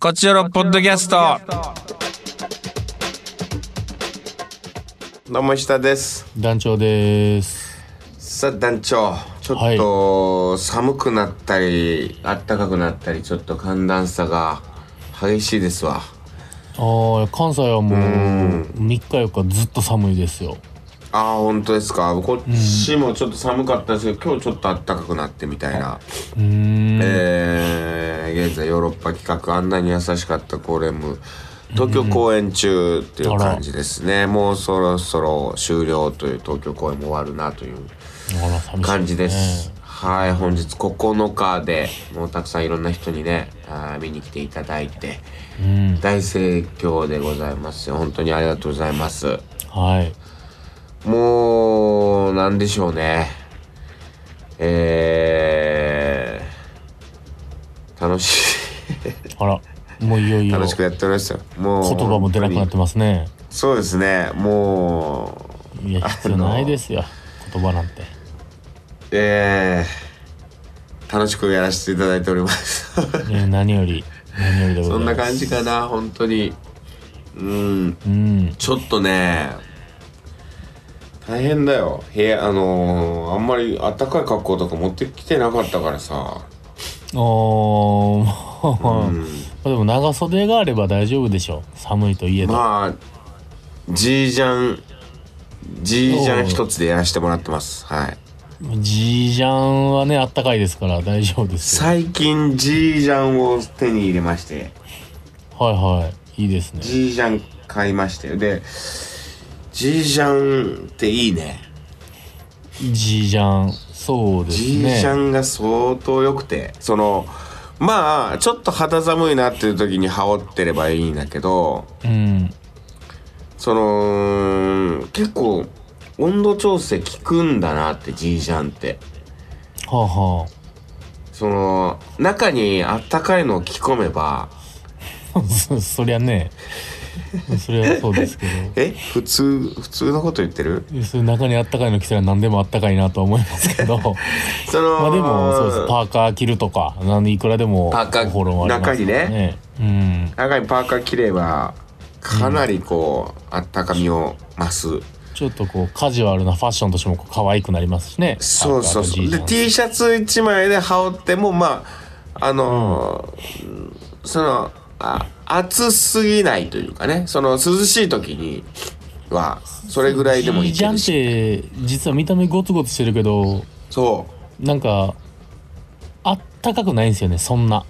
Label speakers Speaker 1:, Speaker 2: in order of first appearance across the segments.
Speaker 1: こちらのポッドキャスト。
Speaker 2: どうも石田です
Speaker 3: 団長です。
Speaker 2: さあ団長ちょっと寒くなったり、暖かくなったりちょっと寒暖差が激しいですわ
Speaker 3: ああ、関西はもう3日4日ずっと寒いですよ。
Speaker 2: ああ本当ですかこっちもちょっと寒かったですけど、今日ちょっと暖かくなってみたいな、
Speaker 3: うーん。
Speaker 2: えー、現在ヨーロッパ企画あんなに優しかったコーレム東京公演中っていう感じですね、もうそろそろ終了という東京公演も終わるなという
Speaker 3: あら、寂しい、ね。
Speaker 2: 感じです。。はい、本日9日でもうたくさんいろんな人にね、あー見に来ていただいて、
Speaker 3: うん。
Speaker 2: 大盛況でございますよ。本当にありがとうございます。
Speaker 3: はい。
Speaker 2: もう、なんでしょうね。えー、楽し
Speaker 3: あら、もういよい
Speaker 2: い、
Speaker 3: よ
Speaker 2: 楽しくやっておりますよ。もう、
Speaker 3: 言葉も出なくなってますね。
Speaker 2: そうですね、もう、
Speaker 3: いや、必要ないですよ。言葉なんて。
Speaker 2: えー、楽しくやらせていただいております。
Speaker 3: ね、何より、何よりでござ
Speaker 2: そ
Speaker 3: います。
Speaker 2: んな感じかな、本当に。うん、
Speaker 3: うん。
Speaker 2: ちょっとね、大変だよ。部屋、あのーあんまり暖かい格好とか持ってきてなかったからさ。
Speaker 3: おー、まあでも長袖があれば大丈夫でしょう。寒いといえど。
Speaker 2: まあ、G ジャン、G ジャン一つでやらせてもらってます。はい。
Speaker 3: ジージャンはね、あったかいですから大丈夫ですよ。
Speaker 2: 最近 G ジャンを手に入れまして、
Speaker 3: はいはい。いいですね。
Speaker 2: G ジャン買いましたよ。で、G ジャンっていいね。
Speaker 3: ジージャン。そうですね。
Speaker 2: G ジャンが相当良くてそのまあちょっと肌寒いなっていう時に羽織ってればいいんだけど
Speaker 3: うん。
Speaker 2: その結構温度調整効くんだなって G ジャンって
Speaker 3: はあは
Speaker 2: その中にあったかいのを着込めば
Speaker 3: あ。 そそりゃね。それはそうですけど。
Speaker 2: え普通普通のこと言ってる
Speaker 3: それ中にあったかいの着たら何でもあったかいなとは思います けど。
Speaker 2: その
Speaker 3: まあでも、そうです。パーカー着るとか、なんでいくらでも、
Speaker 2: パーカー
Speaker 3: 方法論はありますよね。うん。
Speaker 2: 中にパーカー着ればかなりこう、あったかみを増す
Speaker 3: ちょっとこう、カジュアルなファッションとしてもこう可愛くなりますしね。
Speaker 2: そうそうそう。で
Speaker 3: パーカーと G ジャン
Speaker 2: T シャツ1枚で羽織ってもまああのーそのあ暑すぎないというかねその涼しい時にはそれぐらいでもいい
Speaker 3: ジャン
Speaker 2: で
Speaker 3: っ
Speaker 2: す
Speaker 3: て、実は見た目ゴツゴツしてるけど、
Speaker 2: そう
Speaker 3: なんか、あったかくないんですよね、そんな。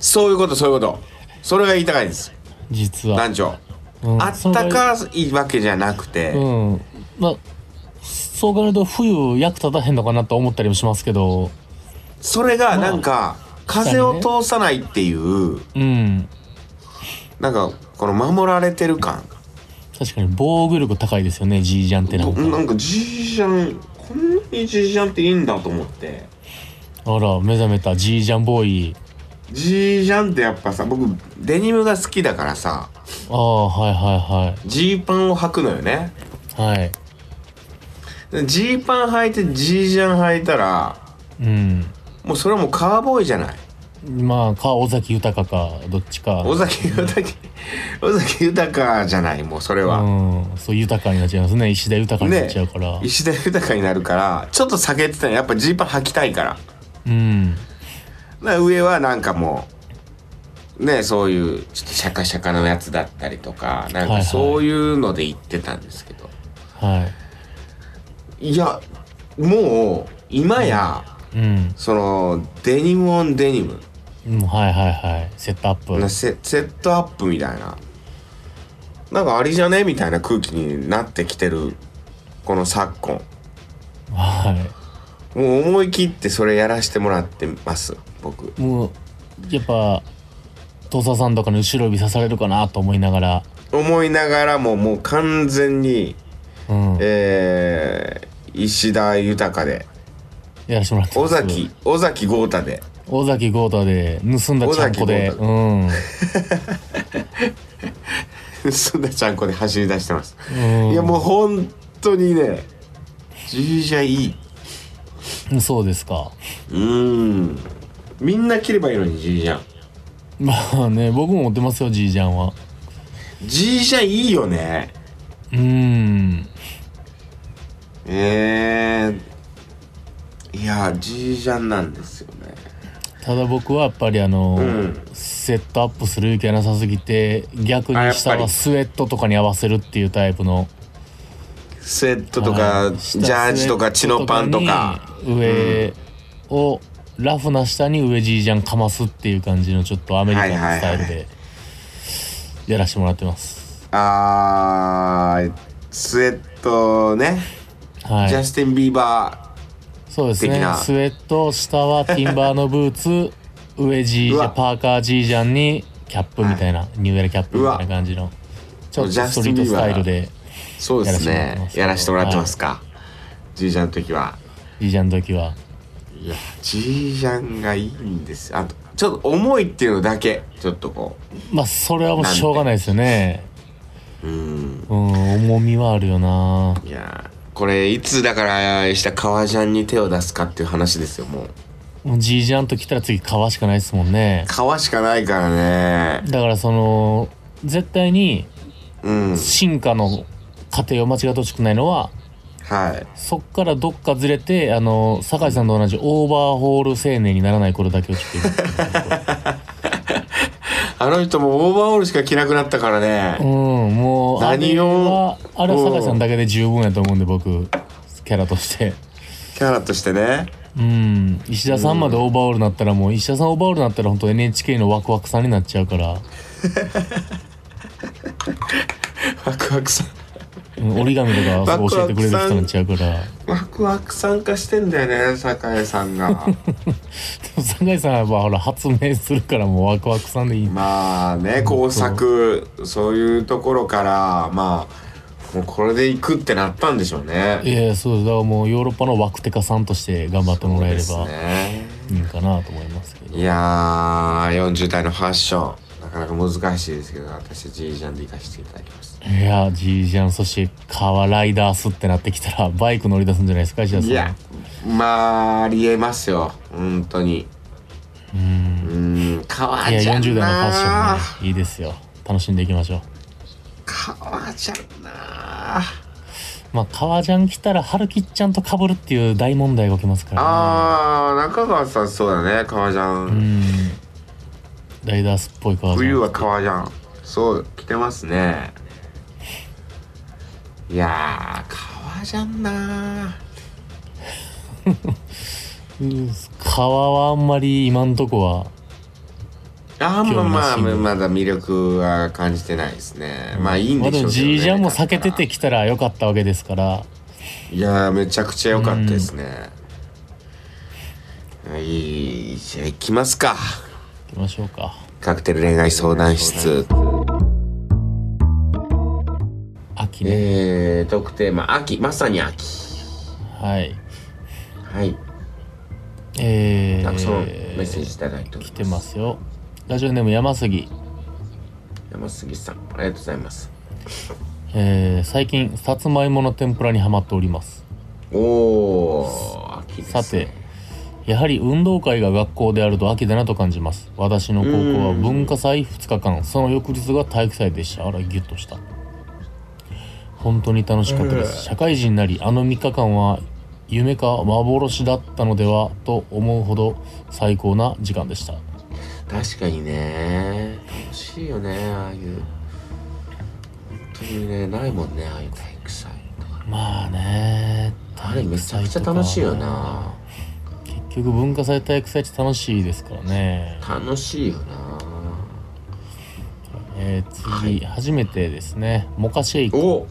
Speaker 2: そういうことそういうことそれが言いたかいんです
Speaker 3: 実は。
Speaker 2: 団長
Speaker 3: うん
Speaker 2: あったかいわけじゃなくて、
Speaker 3: うん、まあそう考えると冬役立たへんのかなと思ったりもしますけど
Speaker 2: それがなんか、風を通さないっていう
Speaker 3: うん
Speaker 2: なんかこの守られてる感
Speaker 3: 確かに防御力高いですよね G ジャンってなんか
Speaker 2: なんかジージャンこんなにジージャンっていいんだと思って。
Speaker 3: あら目覚めた G ジャンボーイ
Speaker 2: ジージャンってやっぱさ僕デニムが好きだからさ
Speaker 3: ああはいは
Speaker 2: ジーパンを履くのよね
Speaker 3: いはいはい
Speaker 2: ジーパン履いてジージャン履いたら
Speaker 3: うん
Speaker 2: もうそれはもうカーボーイじゃない
Speaker 3: まあか尾崎豊かどっちか
Speaker 2: 尾崎豊 尾崎豊じゃないもうそれは、
Speaker 3: うんそう豊かになっちゃいますね石田豊かになっちゃうから、
Speaker 2: 石田豊になるからちょっと避けてたのやっぱジーパン履きたいからだか
Speaker 3: うん
Speaker 2: ら上はなんかもうねそういうちょっとシャカシャカのやつだったりとかなん
Speaker 3: はいは
Speaker 2: か
Speaker 3: い
Speaker 2: そういうので行ってたんですけど、、
Speaker 3: はい
Speaker 2: やもう今や、
Speaker 3: いうん
Speaker 2: そのデニムオンデニム
Speaker 3: うんはいはいはいセットアップ
Speaker 2: なセセットアップみたいななんかありじゃねみたいな空気になってきてるこの昨今
Speaker 3: はい
Speaker 2: もう思い切ってそれやらせてもらってます僕
Speaker 3: もうやっぱ土佐さんとかの後ろ指刺されるかなと思いながら、
Speaker 2: 思いながらももう完全に
Speaker 3: うん、
Speaker 2: えー、石田豊で
Speaker 3: やらしてもらって
Speaker 2: 尾
Speaker 3: ます
Speaker 2: 崎尾崎豪太で
Speaker 3: 尾崎豪太で盗んだちゃんこで
Speaker 2: 尾崎
Speaker 3: うんうん
Speaker 2: そんなちゃんこで走り出してます、いやもう本当にね G じゃいい
Speaker 3: うんそうですか
Speaker 2: うーんみんな切ればいいのに G じゃん
Speaker 3: まあね、僕も持ってますよ、じいちゃんは。
Speaker 2: G 社いいよね
Speaker 3: うーん。
Speaker 2: ええいや G ジャンなんですよね
Speaker 3: ただ僕はやっぱりあの、
Speaker 2: うん
Speaker 3: セットアップする勇気がなさすぎて、逆
Speaker 2: あやっ
Speaker 3: に
Speaker 2: ぱり
Speaker 3: 下はスウェットとかに合わせるっていうタイプの。
Speaker 2: スウェットとか
Speaker 3: はい
Speaker 2: ジャージとかチノパンとか。
Speaker 3: 下スウェットとかに上を、ラフな下に上じいちゃんかますっていう感じのちょっとアメリカンなスタイル
Speaker 2: はいは
Speaker 3: でやらしてもらってます。
Speaker 2: あースウェットね、
Speaker 3: はい。
Speaker 2: ジャスティン・ビーバ
Speaker 3: そうです
Speaker 2: 的
Speaker 3: ね
Speaker 2: な
Speaker 3: スウェット下 はティンバーのブーツ上ジージ
Speaker 2: う
Speaker 3: ャ
Speaker 2: わ
Speaker 3: ンパーカージージャンにキャップみたいな、ニューエラキャップみたいな感じのちょっと
Speaker 2: ジャス
Speaker 3: ス
Speaker 2: テ
Speaker 3: ト
Speaker 2: ィ
Speaker 3: リ
Speaker 2: ン
Speaker 3: ートスタイ
Speaker 2: ビーバー
Speaker 3: ルで
Speaker 2: ーそうですねや
Speaker 3: や
Speaker 2: ら
Speaker 3: ら
Speaker 2: せて
Speaker 3: せて
Speaker 2: も
Speaker 3: も
Speaker 2: らっ
Speaker 3: らってて
Speaker 2: ま
Speaker 3: ますす
Speaker 2: か、ジージャンの時は
Speaker 3: ジージャンの時はい
Speaker 2: やジージャンがいいんですあとちょっと重いっていうのだけちょっとこ
Speaker 3: まあそれはもうしょうがないですよね
Speaker 2: ううん
Speaker 3: うん重みはあるよない
Speaker 2: やーこれいつだからした革ジャンに手を出すかっていう話ですよもう
Speaker 3: もうジージャンと来たら次革しかないですもんね
Speaker 2: 革しかないからね
Speaker 3: だからその絶対に
Speaker 2: うん
Speaker 3: 進化の過程を間違ってほしくないのは
Speaker 2: はい
Speaker 3: そっからどっかずれて、あの、酒井さんと同じオーバーホール青年にならない頃だけをちょっと
Speaker 2: あの人もオーバーオールしか着なくなったから ね、
Speaker 3: 今。うん、もう、あ
Speaker 2: 何
Speaker 3: れ
Speaker 2: を
Speaker 3: は、あれは酒井さんだけで十分やと思うんで、僕、キャラとして。
Speaker 2: キャラとしてね
Speaker 3: うん、石田さんまでオーバーオールになったら、もう、石田さんオーバーオールになったら、本当 NHK のワクワクさんになっちゃうから、
Speaker 2: ワクワクさん
Speaker 3: うん折り紙とか教えてくれる人になっちゃうから。
Speaker 2: ワクワクさん化してんだよね酒井さんが
Speaker 3: でも酒井さんは、ほら、発明するから、もうワクワクさんでいい。
Speaker 2: まあね工作そういうところからまあもうこれでいくってなったんでしょう
Speaker 3: い
Speaker 2: ね
Speaker 3: やいや、そうです。だからもう、ヨーロッパのワクテカさんとして頑張ってもらえれ
Speaker 2: そう
Speaker 3: ば
Speaker 2: ですね
Speaker 3: いいかなと思いますけど。
Speaker 2: いやー40代のファッションなかなか難しいですけど私ジージャンで行かせていただきました
Speaker 3: いや、ジージャン、そして、カワライダースってなってきたら、バイク乗り出すんじゃないですか、石田さん。
Speaker 2: いやまあありえますよ本当に
Speaker 3: うん。
Speaker 2: うん革
Speaker 3: い
Speaker 2: ジ
Speaker 3: や、40
Speaker 2: ャン
Speaker 3: 代のファッション
Speaker 2: な
Speaker 3: ね、いいですよ。楽しんでいきましょう。
Speaker 2: 革ジャンな
Speaker 3: まあ、革ジャン着たら、春吉ちゃんと被るっていう大問題が起きますから、ね。
Speaker 2: あー中川さんそうだね革ジャン、
Speaker 3: うん。ライダースっぽい革ジャン。
Speaker 2: 冬は革ジャンそう着てますねいやー革ジャンな
Speaker 3: うん革はあんまり今んとこは、
Speaker 2: あーまあまあ
Speaker 3: 興味なしに
Speaker 2: まだ魅力は感じてないですねまあいいん
Speaker 3: ま
Speaker 2: でし
Speaker 3: あで
Speaker 2: ょ
Speaker 3: も
Speaker 2: うけど、
Speaker 3: ジ
Speaker 2: ね、
Speaker 3: ージャンも避けててきたら良かったわけですから、
Speaker 2: いやーめちゃくちゃ良かったですね、はいじゃあ行きますか
Speaker 3: 行きましょうか。
Speaker 2: カクテル恋愛相談室
Speaker 3: 秋ね。
Speaker 2: えー、特テーマ秋まさに秋
Speaker 3: はい。
Speaker 2: はい
Speaker 3: えー。
Speaker 2: たくさんメッセージいただいており
Speaker 3: 来て
Speaker 2: ます
Speaker 3: ますよラジオネーム山杉、
Speaker 2: 山杉さんありがとうございます
Speaker 3: えー、最近さつまいもの天ぷらにハマっております
Speaker 2: おお秋です、ね、
Speaker 3: さてやはり運動会が学校であると秋だなと感じます私の高校は文化祭2日間その翌日が体育祭でしたあらギュッとした本当に楽しかったです社会人になりあの3日間は夢か幻だったのではと思うほど最高な時間でした
Speaker 2: 確かにね楽しいよねああいう本当にねないもんねああいう体育祭とか
Speaker 3: まあね
Speaker 2: あれめちゃくちゃ楽しいよな
Speaker 3: 結局文化祭体育祭って楽しいですからね、
Speaker 2: 楽しいよな
Speaker 3: えー次、初めてですねモカシェイク
Speaker 2: お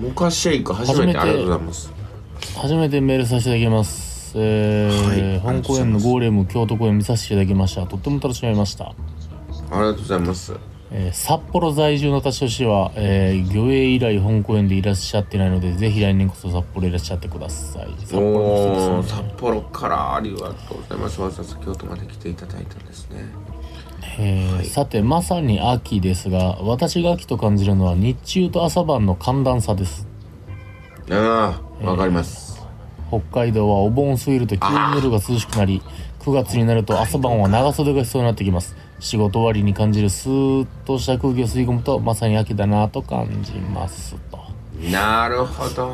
Speaker 2: モカシェイク初めて
Speaker 3: 初めて
Speaker 2: ありがとうございます
Speaker 3: 初めてメールさせていただきます、えー
Speaker 2: はい
Speaker 3: 本公演のゴーレム京都公演見させていただきましたとっても楽しめました、
Speaker 2: ありがとうございます
Speaker 3: えー札幌在住の私としては、えー、魚影以来本公演でいらっしゃってないのでぜひ来年こそ札幌いらっしゃってください札
Speaker 2: お
Speaker 3: 幌の
Speaker 2: おー
Speaker 3: 人ですね
Speaker 2: 札幌からありがとうございますわざわざ京都まで来ていただいたんですね
Speaker 3: えーさてまさに秋ですが私が秋と感じるのは日中と朝晩の寒暖差です
Speaker 2: ああわかります、
Speaker 3: 北海道はお盆を過ぎると急に夜が涼しくなり9月になると朝晩は長袖が必要になってきます仕事終わりに感じるスーッとした空気を吸い込むとまさに秋だなと感じますと
Speaker 2: なるほど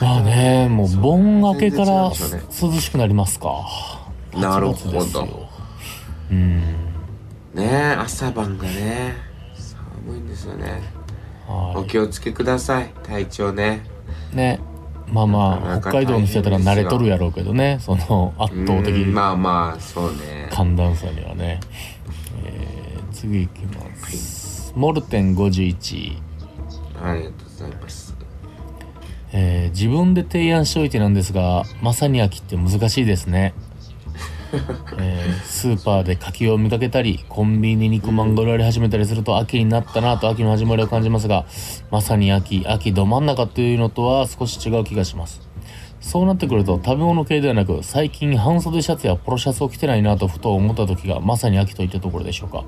Speaker 3: まあねもう盆明けから
Speaker 2: 全然違うんで
Speaker 3: 涼しくなりますか
Speaker 2: なる
Speaker 3: 8
Speaker 2: ほ
Speaker 3: 月ですよ
Speaker 2: ど
Speaker 3: うん
Speaker 2: ねえ朝晩がね寒いんですよねお
Speaker 3: は
Speaker 2: 気をつけください体調ね
Speaker 3: いねまあま
Speaker 2: な
Speaker 3: あ
Speaker 2: かなか
Speaker 3: 北海道の人やったら
Speaker 2: 大変
Speaker 3: 慣
Speaker 2: ですよ
Speaker 3: れとるやろうけどねその圧
Speaker 2: うん
Speaker 3: 倒的
Speaker 2: まあまあそうね
Speaker 3: 寒暖差にはね、えー次いきます、モルテン51
Speaker 2: ありがとうございます
Speaker 3: えー自分で提案しておいてなんですがまさに秋って難しいで すね、えースーパーで柿を見かけたりコンビニに肉まんが売られ始めたりすると秋になったなと秋の始まりを感じますがまさに秋秋ど真ん中というのとは少し違う気がしますそうなってくると食べ物系ではなく最近半袖シャツやポロシャツを着てないなとふと思った時がまさに秋といったところでしょうか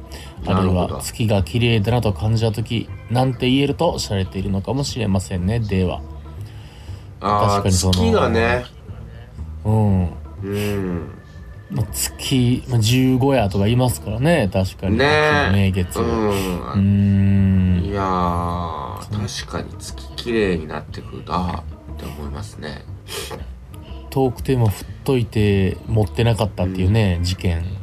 Speaker 3: あ
Speaker 2: な
Speaker 3: る
Speaker 2: る
Speaker 3: い
Speaker 2: ほど
Speaker 3: は月が綺麗だなと感じた時なんて言えるとしゃれているのかもしれませんねでは
Speaker 2: あ
Speaker 3: 確か
Speaker 2: あ
Speaker 3: にその
Speaker 2: 月がね
Speaker 3: うん
Speaker 2: うん
Speaker 3: まあ月、まあ、15夜とか言いますからね確かに
Speaker 2: ねえ
Speaker 3: 名月
Speaker 2: う、
Speaker 3: うんーん
Speaker 2: いやー確かに月綺麗になってくるなって思いますね
Speaker 3: トークテーマ振っといて持ってなかったっていうね、事件が起き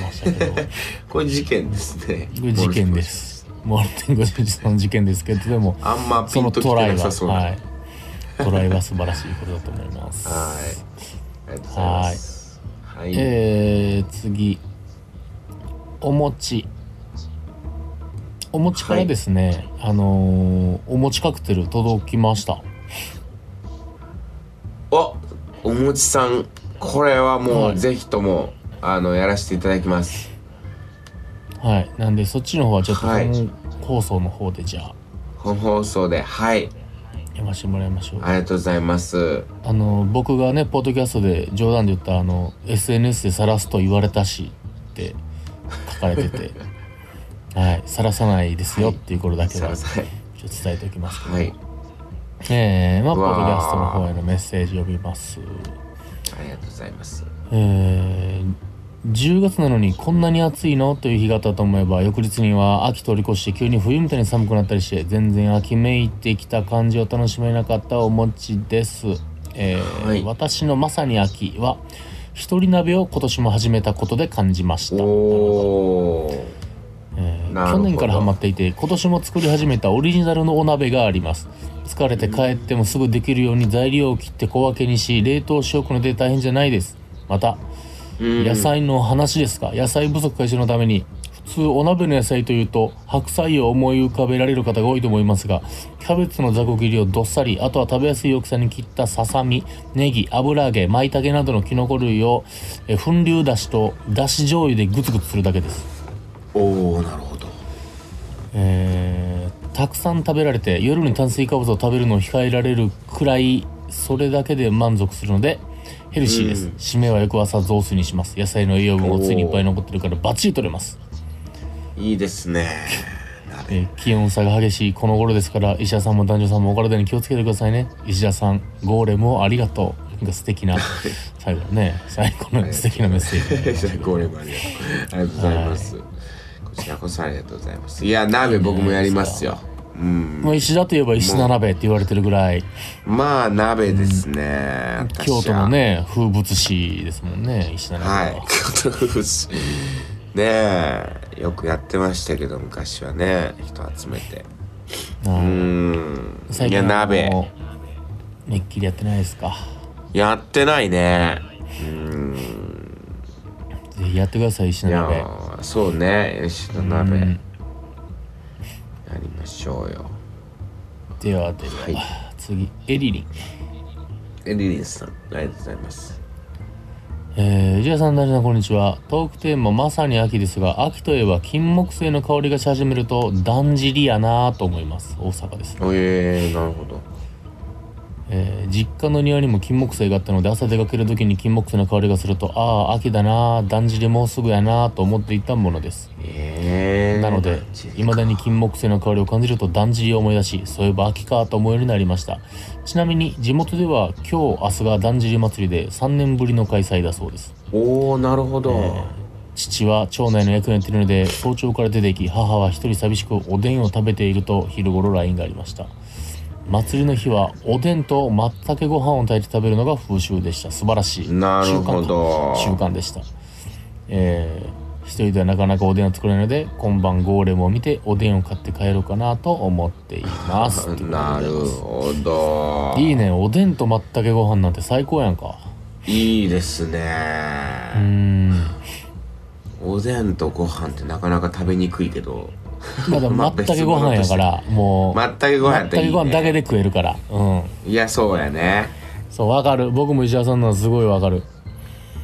Speaker 3: ましたけ どこ
Speaker 2: これ事件ですね
Speaker 3: れ事件ですモルテンゴジンさんの事件ですけど でも
Speaker 2: あんまピ
Speaker 3: そ
Speaker 2: ン
Speaker 3: の
Speaker 2: とき
Speaker 3: トラ
Speaker 2: て
Speaker 3: イ
Speaker 2: なさ
Speaker 3: は、
Speaker 2: そうな
Speaker 3: はい、トライは素晴らしいことだと思います
Speaker 2: はいありがとうございますはい、
Speaker 3: えー、次お餅お餅からですね、あのーお餅カクテル届きました
Speaker 2: おおもちさんこれはも
Speaker 3: は
Speaker 2: う
Speaker 3: い
Speaker 2: ぜひとも、あのやらせていただきます
Speaker 3: はいなんでそっちの方はちょっと
Speaker 2: はい
Speaker 3: 本放送の方でじゃあ
Speaker 2: 本放送ではい
Speaker 3: やらせてもらいましょう、
Speaker 2: ありがとうございます
Speaker 3: あの僕がねポッドキャストで冗談で言ったあの SNS で晒すと言われたしって書かれて てはい晒さないですよっていうことだけ
Speaker 2: すい
Speaker 3: は
Speaker 2: ま
Speaker 3: ちょ
Speaker 2: せん
Speaker 3: っと伝えておきますけど
Speaker 2: はい
Speaker 3: ええまあ
Speaker 2: う
Speaker 3: ポッ
Speaker 2: わー
Speaker 3: ドキャストの方へのメッセージ呼びます
Speaker 2: ありがとうございます
Speaker 3: えー10月なのにこんなに暑いのという日があったと思えば翌日には秋通り越して急に冬みたいに寒くなったりして全然秋めいてきた感じを楽しめなかったお餅です、えー
Speaker 2: はい
Speaker 3: 私のまさに秋は一人鍋を今年も始めたことで感じました
Speaker 2: おお
Speaker 3: えー
Speaker 2: なるほ
Speaker 3: 去
Speaker 2: ど
Speaker 3: 年からハマっていて今年も作り始めたオリジナルのお鍋があります疲れて帰ってもすぐできるように材料を切って小分けにし冷凍しておくので大変じゃないですまた
Speaker 2: うん
Speaker 3: 野菜の話ですか野菜不足解消のために普通お鍋の野菜というと白菜を思い浮かべられる方が多いと思いますがキャベツの雑魚切りをどっさりあとは食べやすい大きさに切ったささみネギ油揚げ舞茸などのキノコ類をえ粉粒だしとだし醤油でグツグツするだけです
Speaker 2: おおなるほど
Speaker 3: えーたくさん食べられて夜に炭水化物を食べるのを控えられるくらいそれだけで満足するのでヘルシーです、
Speaker 2: うん
Speaker 3: 締めは翌朝雑炊にします野菜の栄養分をついにいっぱい残ってるからバッチリ取れます、
Speaker 2: いいです ね鍋
Speaker 3: えー気温差が激しいこの頃ですから石田さんも男女さんもお体に気をつけてくださいね石田さんゴーレムをありがとうなんか素敵な最後ね最後の素敵なメッセー ジ
Speaker 2: じゃあゴーレムありがとうありがとうございます、こちらこそありがとうございますいや鍋僕もやりますようん
Speaker 3: もう石田といえば石田鍋って言われてるぐらい
Speaker 2: まあ鍋ですね、私は
Speaker 3: 京都のね風物詩ですもんね石田鍋は、
Speaker 2: はい京都の風刺ねえよくやってましたけど昔はね人集めて
Speaker 3: はいう
Speaker 2: ーん
Speaker 3: 最
Speaker 2: い
Speaker 3: 近
Speaker 2: や
Speaker 3: は
Speaker 2: 鍋
Speaker 3: もうめっきりやってないですか
Speaker 2: やってないねうーん
Speaker 3: ぜひやってください石
Speaker 2: い
Speaker 3: の
Speaker 2: や
Speaker 3: 鍋
Speaker 2: ーそうね石の鍋やりましょうよ
Speaker 3: ではでは、
Speaker 2: はい
Speaker 3: 次エリリン
Speaker 2: エリリンさんありがとうございます
Speaker 3: えー、ジェさん、大事なこんにちは。トークテーマ、まさに秋ですが、秋といえば金木犀の香りがし始めると、だんじりやなぁと思います。大阪です。
Speaker 2: おえー、なるほど
Speaker 3: えー実家の庭にも金木犀があったので朝出かける時に金木犀の香りがするとああ秋だなあだんじりもうすぐやなあと思っていたものです
Speaker 2: えー、
Speaker 3: なのでいまだに金木犀の香りを感じるとだんじりを思い出しそういえば秋かと思うようになりましたちなみに地元では今日明日がだんじり祭りで3年ぶりの開催だそうです
Speaker 2: おおなるほど、
Speaker 3: 父は町内の役をやっているので早朝から出て行き母は一人寂しくおでんを食べていると昼頃 LINE がありました祭りの日はおでんと松茸ご飯を炊いて食べるのが風習でした素晴らしい
Speaker 2: なるほど
Speaker 3: 習慣か習慣でしたえー一人ではなかなかおでんを作れないので今晩ゴーレムを見ておでんを買って帰ろうかなと思っていますということでござ
Speaker 2: ないる
Speaker 3: ます
Speaker 2: ほど
Speaker 3: いいねおでんと松茸ご飯なんて最高やんか
Speaker 2: いいです
Speaker 3: うー
Speaker 2: ね
Speaker 3: ん
Speaker 2: おでんとご飯ってなかなか食べにくいけど
Speaker 3: まだ
Speaker 2: まあ
Speaker 3: 松茸ご飯やからも う
Speaker 2: まったけご飯やったらいい、ね、
Speaker 3: ご飯だけで食えるからうん
Speaker 2: いやそうやね
Speaker 3: そうわかる僕も石田さんのはすごいわかる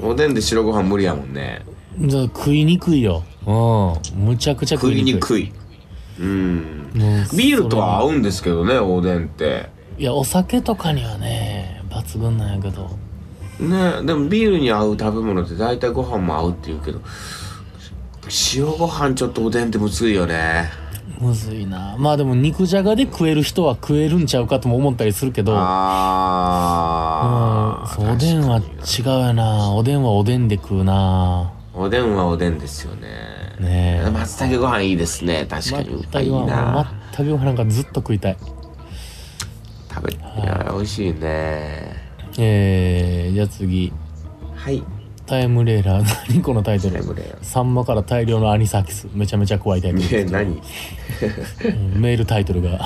Speaker 2: おでんで白ご飯無理やもんね
Speaker 3: じゃ食いにくいようんむちゃくちゃ
Speaker 2: 食
Speaker 3: 食い
Speaker 2: い
Speaker 3: に
Speaker 2: に
Speaker 3: くい
Speaker 2: くいうん
Speaker 3: もう
Speaker 2: ビールとは合
Speaker 3: それ
Speaker 2: うんですけどねおでんって
Speaker 3: いやお酒とかにはね抜群なんやけど
Speaker 2: ねでもビールに合う食べ物って大体ご飯も合うって言うけど塩ご飯ちょっとおでんってむずいよね
Speaker 3: むずいなまあでも肉じゃがで食える人は食えるんちゃうかとも思ったりするけどうん
Speaker 2: ああ
Speaker 3: そうおでんは違うよなおでんはおでんで食うな
Speaker 2: おでんはおでんですよね
Speaker 3: ねえ
Speaker 2: 松茸ご飯いいですね確かに
Speaker 3: 全く
Speaker 2: いいな
Speaker 3: 全くなんかずっと食いたい
Speaker 2: 食べいや美味しいね
Speaker 3: えー、じゃあ次
Speaker 2: はい
Speaker 3: タイムレー ラー何このタイト
Speaker 2: タイ
Speaker 3: ル
Speaker 2: ムレーラー
Speaker 3: サンマから大量のアニサキスめちゃめちゃ怖いタイトル
Speaker 2: え何
Speaker 3: うんメールタイト ルが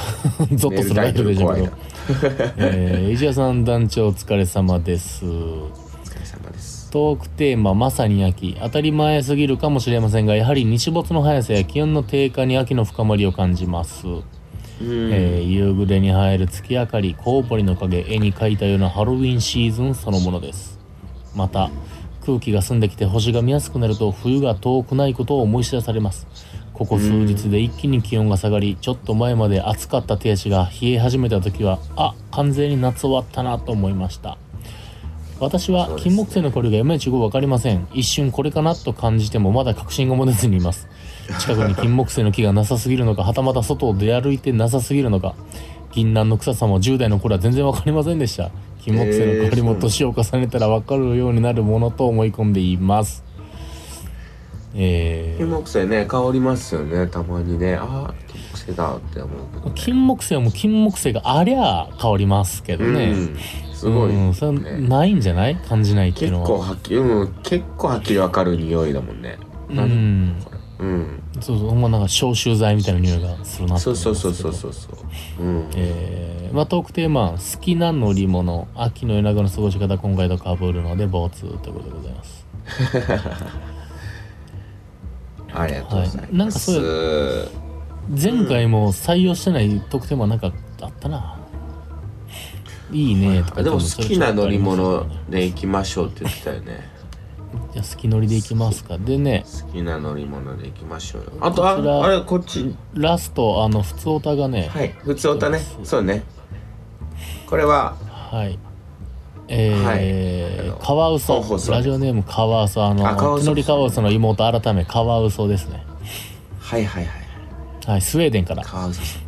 Speaker 3: ゾッとするタイトルでしょうけ
Speaker 2: メー
Speaker 3: ど
Speaker 2: ルタイトル、
Speaker 3: えー、石田さん団長お疲れ様です
Speaker 2: お疲れ様です
Speaker 3: トークテーマまさに秋当たり前すぎるかもしれませんがやはり日没の速さや気温の低下に秋の深まりを感じます
Speaker 2: うん
Speaker 3: えー夕暮れに映える月明かりコウモリの影絵に描いたようなハロウィンシーズンそのものですまた空気が澄んできて星が見やすくなると冬が遠くないことを思い知らされますここ数日で一気に気温が下がりちょっと前まで暑かった手足が冷え始めた時はあ完全に夏終わったなと思いました私は金木犀の香りがいまいちよく分かりません一瞬これかなと感じてもまだ確信が持てずにいます近くに金木犀の木がなさすぎるのかはたまた外を出歩いてなさすぎるのか銀杏の草さも10代の頃は全然分かりませんでした金木犀の香りも年を重ねたら分かるようになるものと思い込んでいますえ
Speaker 2: 金
Speaker 3: ー
Speaker 2: 木犀ね香りますよねたまにねああ金木犀だって思うけど、ね、
Speaker 3: 金木犀も金木犀がありゃ香りますけどね、
Speaker 2: うんすごい、
Speaker 3: うん、それは
Speaker 2: ね、
Speaker 3: ないんじゃない感じないっていう
Speaker 2: 結
Speaker 3: のは
Speaker 2: 構はっきり、うん、結構はっきりわかる匂いだもんね
Speaker 3: う
Speaker 2: 何
Speaker 3: ん
Speaker 2: これうん
Speaker 3: そうそうほんまなんか消臭剤みたいな匂いがするなって
Speaker 2: そう
Speaker 3: 思
Speaker 2: そうそうそう
Speaker 3: うんです
Speaker 2: そうそううん
Speaker 3: けどえーまあトークテーマ好きな乗り物秋の夜長の過ごし方今回とかぶるのでボツということでございます
Speaker 2: ありがとうございます、
Speaker 3: はいなんかそう前回も採用してないトークテーマなんかあったな、いいねとか
Speaker 2: あでも
Speaker 3: 多
Speaker 2: 好
Speaker 3: 分それ
Speaker 2: きな乗り
Speaker 3: ちょっ
Speaker 2: 物
Speaker 3: とありますよね
Speaker 2: で行きましょうって言ってたよね
Speaker 3: じゃあ好き乗りでいきますかでね
Speaker 2: 好きな乗り物で行きましょうよあと
Speaker 3: こちら
Speaker 2: ああれこっち
Speaker 3: ラストあの普通オタがね
Speaker 2: はい普通歌ねそうねこれは
Speaker 3: はい。えー
Speaker 2: はい
Speaker 3: カワウソ
Speaker 2: 本放送
Speaker 3: ラジオネームカワウソあの
Speaker 2: あカワウソ
Speaker 3: 木のりカワウソの妹改めカワウソですね
Speaker 2: はいはいはい
Speaker 3: はいスウェーデンから
Speaker 2: カワウソさん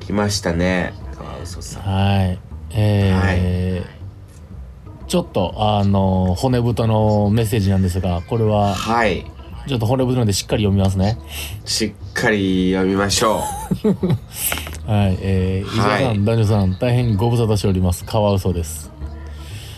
Speaker 2: 来ましたねカワウソさん
Speaker 3: はいえーちょっとあの骨太のメッセージなんですがこれは
Speaker 2: はい
Speaker 3: ちょっと骨太なのでしっかり読みますね
Speaker 2: しっかり読みましょ
Speaker 3: はいえー、石田さん、
Speaker 2: はい
Speaker 3: 男女さん大変ご無沙汰しておりますカワウソです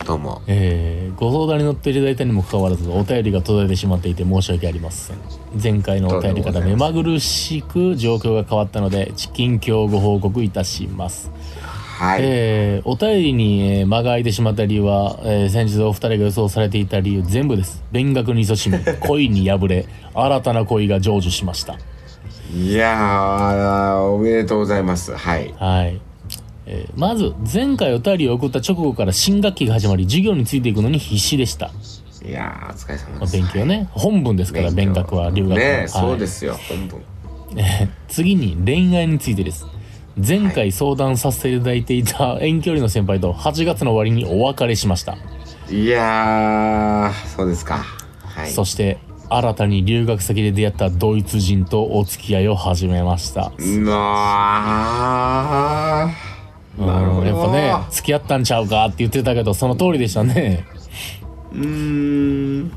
Speaker 2: うどうも
Speaker 3: えーご相談に乗っていただいたにもかかわらずお便りが届いてしまっていて申し訳ありません前回のお便りから目まぐるしく状況が変わったので近況をご報告いたします、
Speaker 2: はい、
Speaker 3: えーお便りに、えー間が空いてしまった理由は、えー先日お二人が予想されていた理由全部です勉学に勤 しみ恋に破れ新たな恋が成就しました
Speaker 2: いやーおめでとうございますはい
Speaker 3: はい、えーまず前回お便りを送った直後から新学期が始まり授業についていくのに必死でした
Speaker 2: いやーお疲れ様
Speaker 3: ま
Speaker 2: で
Speaker 3: あ
Speaker 2: す
Speaker 3: 勉強ね本文ですから勉学は留学は
Speaker 2: ね
Speaker 3: は
Speaker 2: え
Speaker 3: い
Speaker 2: そうですよ本文
Speaker 3: 次に恋愛についてです前
Speaker 2: は
Speaker 3: 回相談させていただいていた遠距離の先輩と8月の終わりにお別れしました、
Speaker 2: いやーそうですかはい
Speaker 3: そして新たに留学先で出会ったドイツ人とお付き合いを始めました、
Speaker 2: うわーなるほど
Speaker 3: やっぱね付き合ったんちゃうかって言ってたけどその通りでしたね
Speaker 2: うーん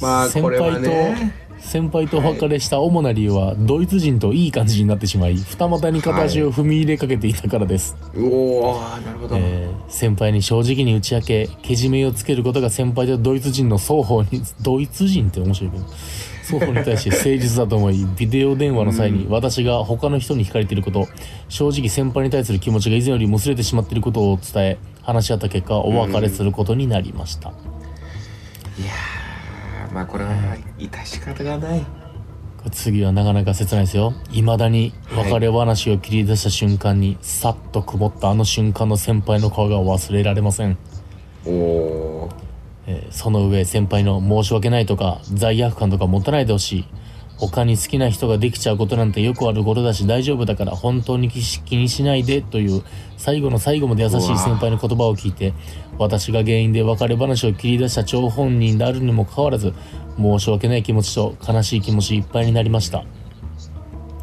Speaker 2: まあ
Speaker 3: 先
Speaker 2: これは
Speaker 3: 輩と、
Speaker 2: ね
Speaker 3: 先輩とお別れした主な理由はドイツ人といい感じになってしまい二股に片足を踏み入れかけていたからです、
Speaker 2: おおなるほど、
Speaker 3: えー先輩に正直に打ち明けけじめをつけることが先輩とドイツ人の双方にドイツ人って面白いけど双方に対して誠実だと思いビデオ電話の際に私が他の人に惹かれていること正直先輩に対する気持ちが以前よりも薄れてしまっていることを伝え話し合った結果お別れすることになりました、
Speaker 2: いやーまあこれは致し方がない
Speaker 3: 次はなかなか切ないですよいまだに別れ話を切り出した瞬間に、さっと曇ったあの瞬間の先輩の顔が忘れられません、
Speaker 2: おおー
Speaker 3: えーその上先輩の申し訳ないとか罪悪感とか持たないでほしい他に好きな人ができちゃうことなんてよくあることだし大丈夫だから本当に気し気にしないでという最後の最後まで優しい先輩の言葉を聞いて私が原因で別れ話を切り出した張本人であるにもかかわらず申し訳ない気持ちと悲しい気持ちいっぱいになりました、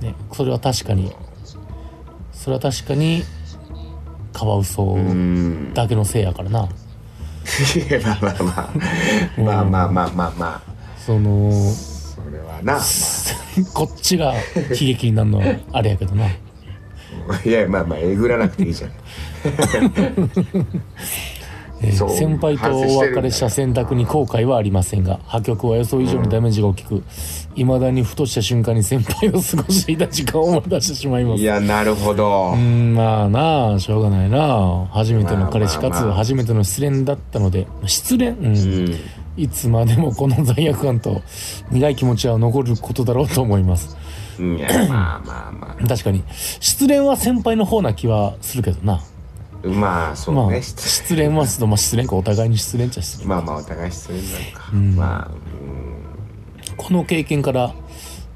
Speaker 3: ね、それは確かにそれは確かにカワウソ
Speaker 2: うん
Speaker 3: だけのせいやからな、
Speaker 2: い やまあまあまあまあまあまあまあ
Speaker 3: その
Speaker 2: それは な
Speaker 3: こっちが悲劇になるのはあれやけどな。
Speaker 2: いやまあまあえぐらなくていいじゃん
Speaker 3: えー
Speaker 2: そう
Speaker 3: 先輩とお別れした選択に後悔はありませんが破局は予想以上にダメージが大きくいま、未だにふとした瞬間に先輩の過ごしていた時間を思い出してしまいま
Speaker 2: い
Speaker 3: す。
Speaker 2: やなるほど、
Speaker 3: うんまあなあしょうがないな初めての彼氏
Speaker 2: ま
Speaker 3: か
Speaker 2: あまあ
Speaker 3: つ
Speaker 2: まあ
Speaker 3: 初めての失恋だったので失恋、うん
Speaker 2: うん
Speaker 3: いつまでもこの罪悪感と苦い気持ちは残ることだろうと思います
Speaker 2: いやまあまあま
Speaker 3: 確かに失恋は先輩の方な気はするけどな
Speaker 2: あまあそう
Speaker 3: まあ、
Speaker 2: ね、
Speaker 3: 失恋はまあ失恋かお互いに失恋っちゃ失恋
Speaker 2: まあまあお互い失礼なのか、
Speaker 3: ん
Speaker 2: まあうん
Speaker 3: この経験から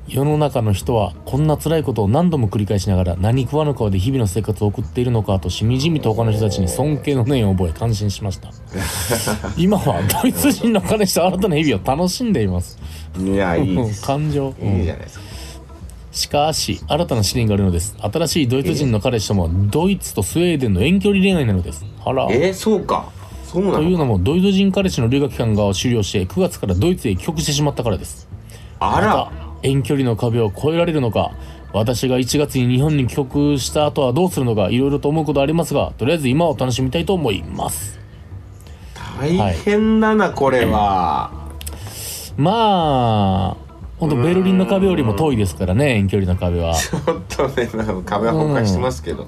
Speaker 3: 世の中の人はこんな辛いことを何度も繰り返しながら何食わぬ顔で日々の生活を送っているのかとしみじみと他の人たちに尊敬の念を覚え感心しました 今はドイツ人の彼氏と新たな日々を楽しんでいます
Speaker 2: いやいいです
Speaker 3: 感情、うん
Speaker 2: いいじゃないですか
Speaker 3: しかし新たな試練があるのです新しいドイツ人の彼氏ともドイツとスウェーデンの遠距離恋愛なのですあら
Speaker 2: えー、そうかそうな
Speaker 3: という
Speaker 2: の
Speaker 3: のもドイツ人彼氏の留学期間が終了して9月からドイツへ帰国してしまったからです
Speaker 2: あら
Speaker 3: 遠距離の壁を越えられるのか私が1月に日本に帰国した後はどうするのかいろいろと思うことありますがとりあえず今を楽しみたいと思います
Speaker 2: 大変だなこれは、
Speaker 3: まあ本当ベルリンの壁よりも遠いですからね遠距離の壁は
Speaker 2: ちょっとねなんか壁は崩壊してますけど、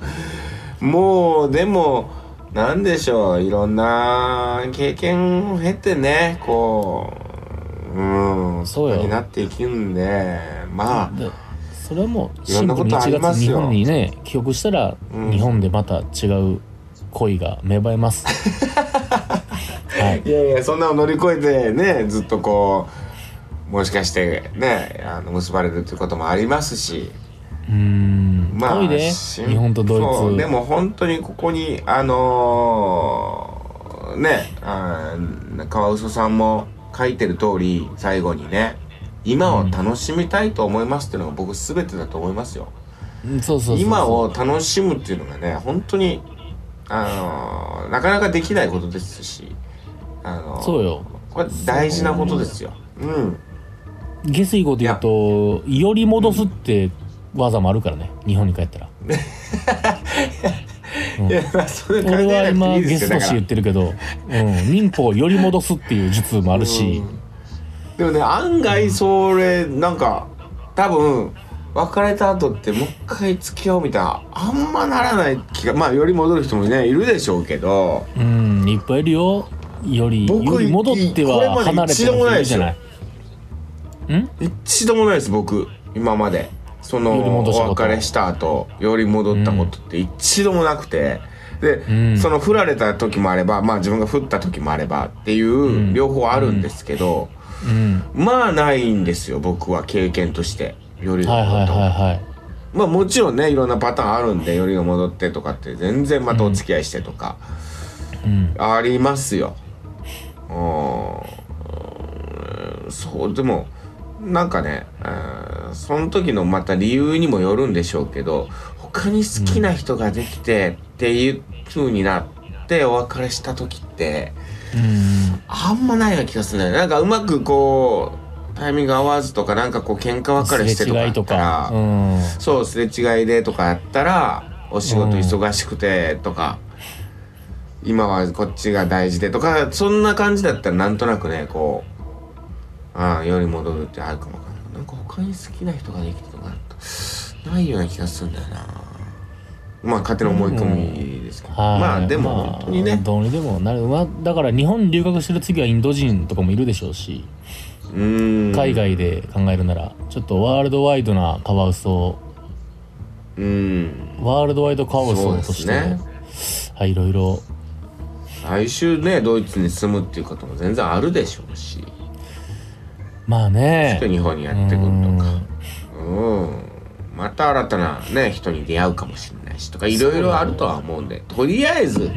Speaker 2: もうでもなんでしょういろんな経験を経てねこううん
Speaker 3: そうよ
Speaker 2: になっていくんでまあ
Speaker 3: でそれはもう
Speaker 2: いろ
Speaker 3: シ
Speaker 2: ん
Speaker 3: ン
Speaker 2: な
Speaker 3: プ
Speaker 2: こ
Speaker 3: ルに
Speaker 2: とあり
Speaker 3: 1
Speaker 2: ま
Speaker 3: 月
Speaker 2: す
Speaker 3: 日
Speaker 2: よ
Speaker 3: 本にね帰国したら
Speaker 2: うん
Speaker 3: 日本でまた違う恋が芽生えます は
Speaker 2: い
Speaker 3: い
Speaker 2: やいやそんなの乗り越えてねずっとこうもしかしてねあの結ばれるということもありますし
Speaker 3: うーん
Speaker 2: まあ
Speaker 3: 遠いで
Speaker 2: し
Speaker 3: 日本とド
Speaker 2: そう
Speaker 3: イツ
Speaker 2: でも本当にここにあのーねあーカワウソさんも書いてる通り最後にね今を楽しみたいと思いますっていうのが僕全てだと思いますよ。
Speaker 3: うんそうそうそうそう
Speaker 2: 今を楽しむっていうのがね本当にあのーなかなかできないことですし、あのー
Speaker 3: そうよ
Speaker 2: これ大事なことですよ。うん。
Speaker 3: 下水語で言うとより戻すって技もあるからね日本に帰ったら
Speaker 2: いや、まあ、それ考
Speaker 3: 俺は
Speaker 2: えなく
Speaker 3: 今
Speaker 2: ていいで
Speaker 3: ゲ
Speaker 2: すよ。
Speaker 3: スト
Speaker 2: だか
Speaker 3: 氏
Speaker 2: ら
Speaker 3: 言っ。てるけど、うん、民法をより戻すっていう術もあるし、
Speaker 2: でもね、案外それ、なんか、多分、別れた後ってもう一回付き合おうみたいな、あんまならない気が、まあ、より戻る人もね、いるでしょうけど、
Speaker 3: うんいっぱいいるよより
Speaker 2: 僕
Speaker 3: より戻って
Speaker 2: これま
Speaker 3: は
Speaker 2: で
Speaker 3: 離れてる人いるじゃない
Speaker 2: 一度もないです、僕、今まで。その
Speaker 3: より戻した
Speaker 2: お
Speaker 3: こと
Speaker 2: 別れした後より戻ったことって一度もなくて、で、
Speaker 3: うん
Speaker 2: その振られた時もあればまあ自分が振った時もあればっていう両方あるんですけど、
Speaker 3: うん
Speaker 2: まあないんですよ僕は経験としてよりが
Speaker 3: はいはい
Speaker 2: 戻
Speaker 3: は
Speaker 2: っ
Speaker 3: い
Speaker 2: た、
Speaker 3: はい
Speaker 2: まあもちろんねいろんなパターンあるんでよりが戻ってとかって全然またお付き合いしてとか、
Speaker 3: うん
Speaker 2: ありますようーんそうでもなんかねうーんその時のまた理由にもよるんでしょうけど他に好きな人ができてっていう風になってお別れした時って
Speaker 3: うん
Speaker 2: あんまないような気がするねなんかうまくこうタイミング合わずとかなんかこう喧嘩別れして
Speaker 3: す
Speaker 2: とか
Speaker 3: れ
Speaker 2: あ
Speaker 3: 違い
Speaker 2: った
Speaker 3: と
Speaker 2: ら
Speaker 3: か、うん、
Speaker 2: そうすれ違いでとかあったらお仕事忙しくてとか、今はこっちが大事でとかそんな感じだったらなんとなくねこうああ世に戻るってあるかもわかんないなんか他に好きな人ができるとかないような気がするんだよなまあ勝手な思い込みですけど、
Speaker 3: はい
Speaker 2: まあで
Speaker 3: ま
Speaker 2: も
Speaker 3: あ
Speaker 2: 本当にね、
Speaker 3: どうにでもなる、まあ、だから日本留学してる次はインド人とかもいるでしょうし
Speaker 2: うーん
Speaker 3: 海外で考えるならちょっとワールドワイドなカワウソ
Speaker 2: うん
Speaker 3: ワールドワイドカワウソとして、
Speaker 2: そうで
Speaker 3: はいいろいろ
Speaker 2: 来週ねドイツに住むっていうことも全然あるでしょうし
Speaker 3: まあね
Speaker 2: 日本にやってくるとかうんまた新たなね人に出会うかもしれないしとかいろいろあるとは思うんでとりあえず
Speaker 3: うんう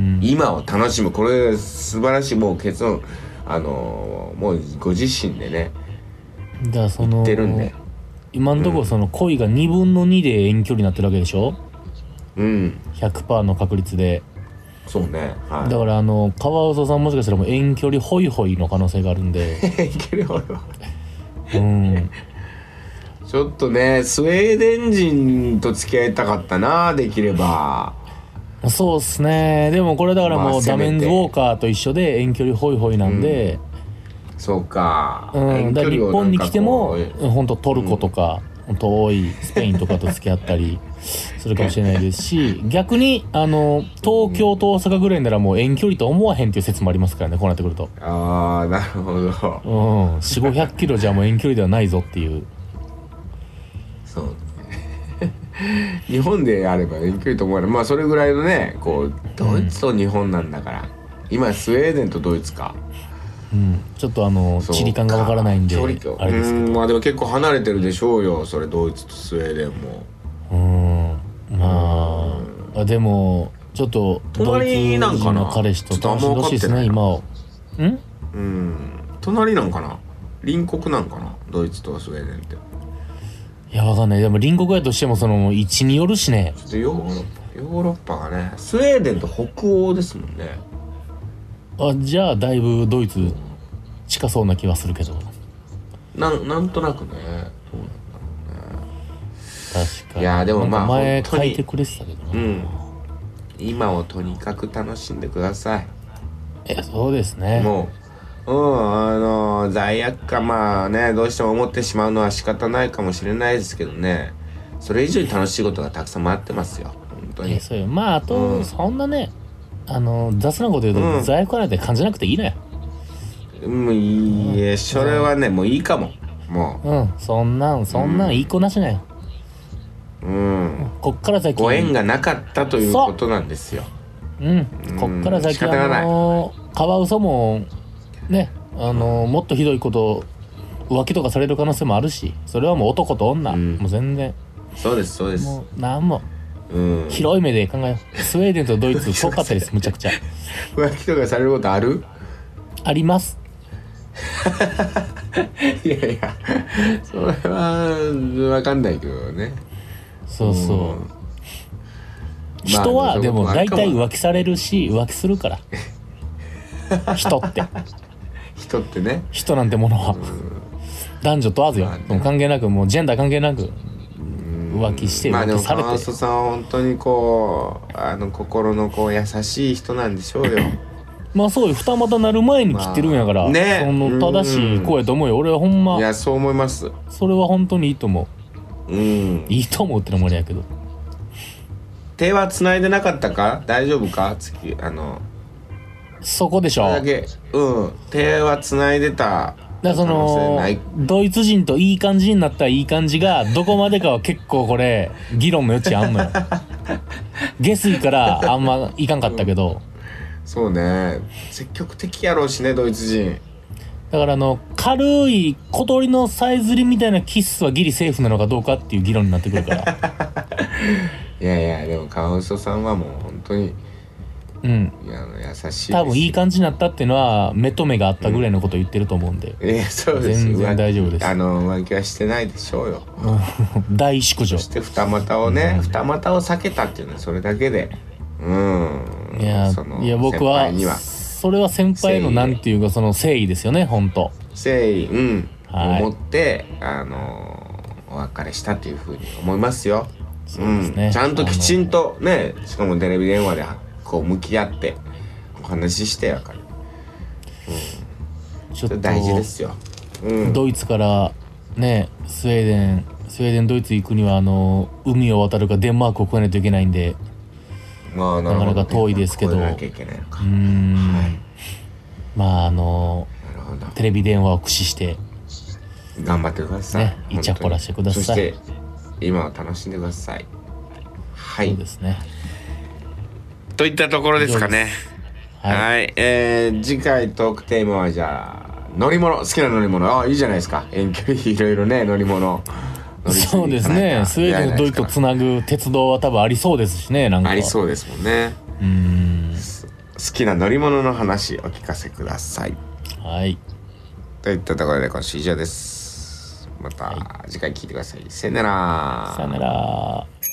Speaker 3: ん
Speaker 2: 今を楽しむこれ素晴らしいもう結論あのーもうご自身でね
Speaker 3: だからその
Speaker 2: 出るんで
Speaker 3: 今んとこその恋が2分の2で遠距離になってるわけでしょ
Speaker 2: うん
Speaker 3: 100%の確率で
Speaker 2: そうねは
Speaker 3: だからあのカワウソさんもしかしたらもう遠距離ホイホイの可能性がある んで
Speaker 2: いいけるよ俺は
Speaker 3: うん
Speaker 2: ちょっとねスウェーデン人と付き合いたかったなできれば
Speaker 3: そうっすねでもこれだから
Speaker 2: ま
Speaker 3: も
Speaker 2: あ
Speaker 3: う
Speaker 2: せ
Speaker 3: ダ
Speaker 2: めて
Speaker 3: メンズウォーカーと一緒で遠距離ホイホイなんで、
Speaker 2: そうか
Speaker 3: うん
Speaker 2: 遠
Speaker 3: だ
Speaker 2: 距
Speaker 3: から日
Speaker 2: 離をな
Speaker 3: 本
Speaker 2: ん
Speaker 3: に
Speaker 2: か
Speaker 3: 来ても
Speaker 2: こう
Speaker 3: 本当トルコとか、遠いスペインとかと付き合ったり するかもしれないですし逆にあの東京と大阪ぐらいならもう遠距離と思わへんっていう説もありますからねこうなってくると。
Speaker 2: ああなるほど
Speaker 3: うん、4 5 0 0キロじゃもう遠距離ではないぞっていう
Speaker 2: そうね日本であれば遠距離と思われるまあそれぐらいのねこうドイツと日本なんだから、今スウェーデンとドイツか
Speaker 3: うん、ちょっとあの
Speaker 2: そう
Speaker 3: 地理感がわからないんで
Speaker 2: 距離と
Speaker 3: あれですけ
Speaker 2: うーんまあでも結構離れてるでしょうよそれドイツとスウェーデンも
Speaker 3: どうんまああでもちょっとドイツ
Speaker 2: 隣
Speaker 3: 人
Speaker 2: なんかな
Speaker 3: の彼氏と
Speaker 2: ちょっとあん
Speaker 3: 楽
Speaker 2: ま
Speaker 3: しん
Speaker 2: 分
Speaker 3: で
Speaker 2: か
Speaker 3: ほ
Speaker 2: っ
Speaker 3: しいで
Speaker 2: て
Speaker 3: す
Speaker 2: な
Speaker 3: ね
Speaker 2: いな
Speaker 3: 今をん
Speaker 2: うん隣なんかな隣国なんかなドイツとスウェーデンってちょ
Speaker 3: いやわかんないでも隣国やとしてもその位置によるしね
Speaker 2: っとヨーロッパヨーロッパがねスウェーデンと北欧ですもんね
Speaker 3: あじゃあだいぶドイツ近そうな気はするけど
Speaker 2: なんなんとなくねどうなん
Speaker 3: 確かに
Speaker 2: いやでもまあ
Speaker 3: なんか前
Speaker 2: 本当
Speaker 3: 書
Speaker 2: に
Speaker 3: いてくれてたけどな、
Speaker 2: うん今をとにかく楽しんでください
Speaker 3: えそうですね
Speaker 2: もう、うん、あの罪悪感、まあね、どうしても思ってしまうのは仕方ないかもしれないですけどね、それ以上に楽しいことがたくさん待ってますよ、本当
Speaker 3: え
Speaker 2: に。
Speaker 3: そうよまああと、
Speaker 2: うん
Speaker 3: そんなねあの雑なこと言うと、
Speaker 2: うん
Speaker 3: 罪悪感なんて感じなくていいのよ
Speaker 2: もういいえ、それはね、もういいかも。も
Speaker 3: うんそんなんそんなんいい子なしなよ、
Speaker 2: う、うん。
Speaker 3: こっから先
Speaker 2: ご縁がなかったという
Speaker 3: そう
Speaker 2: ことなんですよ。
Speaker 3: うんこっから
Speaker 2: 仕
Speaker 3: 先
Speaker 2: 方がない
Speaker 3: あのカワウソもねあのもっとひどいこと浮気とかされる可能性もあるしそれはもう男と女、
Speaker 2: うん
Speaker 3: もう全然
Speaker 2: そうです、そうです。
Speaker 3: もう何も
Speaker 2: うん。
Speaker 3: 広い目で考えようスウェーデンとドイツ遠かったですむちゃくちゃ
Speaker 2: 浮気とかされることある
Speaker 3: あります
Speaker 2: いやいや、それは、わかんないけどね。
Speaker 3: そうそ
Speaker 2: ん
Speaker 3: う、人
Speaker 2: まあ
Speaker 3: は
Speaker 2: で
Speaker 3: で
Speaker 2: も
Speaker 3: も
Speaker 2: そういう
Speaker 3: 大
Speaker 2: こともある
Speaker 3: 体
Speaker 2: かも
Speaker 3: 浮気されるし浮気するから人って
Speaker 2: 人ってね。
Speaker 3: 人なんてものは男女問わずよ
Speaker 2: まあね
Speaker 3: もう関係なくもうジェンダー関係なく
Speaker 2: 浮
Speaker 3: 浮気して
Speaker 2: まあで
Speaker 3: 浮
Speaker 2: も
Speaker 3: 気され
Speaker 2: 川
Speaker 3: て
Speaker 2: 本さんは本当にこうあの心のこう優しい人なんでしょうよ
Speaker 3: まあそうよ二股なる前に切ってるんやから、
Speaker 2: まあね
Speaker 3: その正しい声やと思うよ俺はほん
Speaker 2: い
Speaker 3: ま
Speaker 2: やそう思います
Speaker 3: それは本当にいいと思
Speaker 2: うん
Speaker 3: ういいと思うってのもあれやけど
Speaker 2: 手は繋いでなかったか大丈夫か月あの
Speaker 3: そこでしょ
Speaker 2: それ
Speaker 3: だ
Speaker 2: だ
Speaker 3: か
Speaker 2: けうん手は繋いでた
Speaker 3: ら
Speaker 2: 可能性
Speaker 3: その
Speaker 2: ない
Speaker 3: ドイツ人といい感じになったいい感じがどこまでかは結構これ議論の余地あ んのよ下水からあんまいかんかったけど
Speaker 2: そうね積極的やろうしねドイツ人
Speaker 3: だからあの軽い小鳥のさえずりみたいなキッスはギリセーフなのかどうかっていう議論になってくるから
Speaker 2: いやいやでも川本さんはもう本当に
Speaker 3: うん
Speaker 2: いやあの優しいです
Speaker 3: 多分いい感じになったっていうのは目と目があったぐらいのことを言ってると思うんで、
Speaker 2: いやそうです
Speaker 3: 全然大丈夫です
Speaker 2: 浮気あの浮気はしてないでしょうよ
Speaker 3: 大祝女
Speaker 2: そして二股をね、二股を避けたっていうのはそれだけでうん
Speaker 3: いや
Speaker 2: その
Speaker 3: いや僕
Speaker 2: 先
Speaker 3: は
Speaker 2: 輩には
Speaker 3: それは先輩のなんていうかその誠意ですよね本当
Speaker 2: 誠意、うん、
Speaker 3: はい
Speaker 2: 思って、あのーお別れしたというふうに思いますよ。
Speaker 3: そうですね
Speaker 2: ん、ちゃんときちんとね、しかもテレビ電話でこう向き合ってお話ししてやから。
Speaker 3: ちょ
Speaker 2: そ
Speaker 3: っと
Speaker 2: れ大事ですよ。うん。
Speaker 3: ドイツからねスウェーデンスウェーデンドイツ行くにはあの海を渡るかデンマークを越えないといけないんで
Speaker 2: まあな
Speaker 3: なかなか遠いですけど
Speaker 2: こうやらなきゃいけないのか。
Speaker 3: うーん、
Speaker 2: はい
Speaker 3: まああの
Speaker 2: なるほど。
Speaker 3: テレビ電話を駆使して
Speaker 2: 頑張ってください。
Speaker 3: ね
Speaker 2: 本当に
Speaker 3: イチャコラしてください
Speaker 2: そして今を楽しんでください。は
Speaker 3: そう
Speaker 2: い
Speaker 3: で。すね
Speaker 2: といったところですかね。
Speaker 3: はい、
Speaker 2: はい、えー次回トークテーマはじゃあ乗り物好きな乗り物あいいじゃないですか遠距離いろいろね乗り物乗り継い
Speaker 3: そうです
Speaker 2: いかない
Speaker 3: ね
Speaker 2: と
Speaker 3: スウェーデンとドイツをつなぐ鉄道は多分ありそうですしねなんか
Speaker 2: ありそうですもんね
Speaker 3: うーん
Speaker 2: 好きな乗り物の話お聞かせください
Speaker 3: はい
Speaker 2: といったところで今週以上ですまた次回聞いてくださいさよなら
Speaker 3: さよなら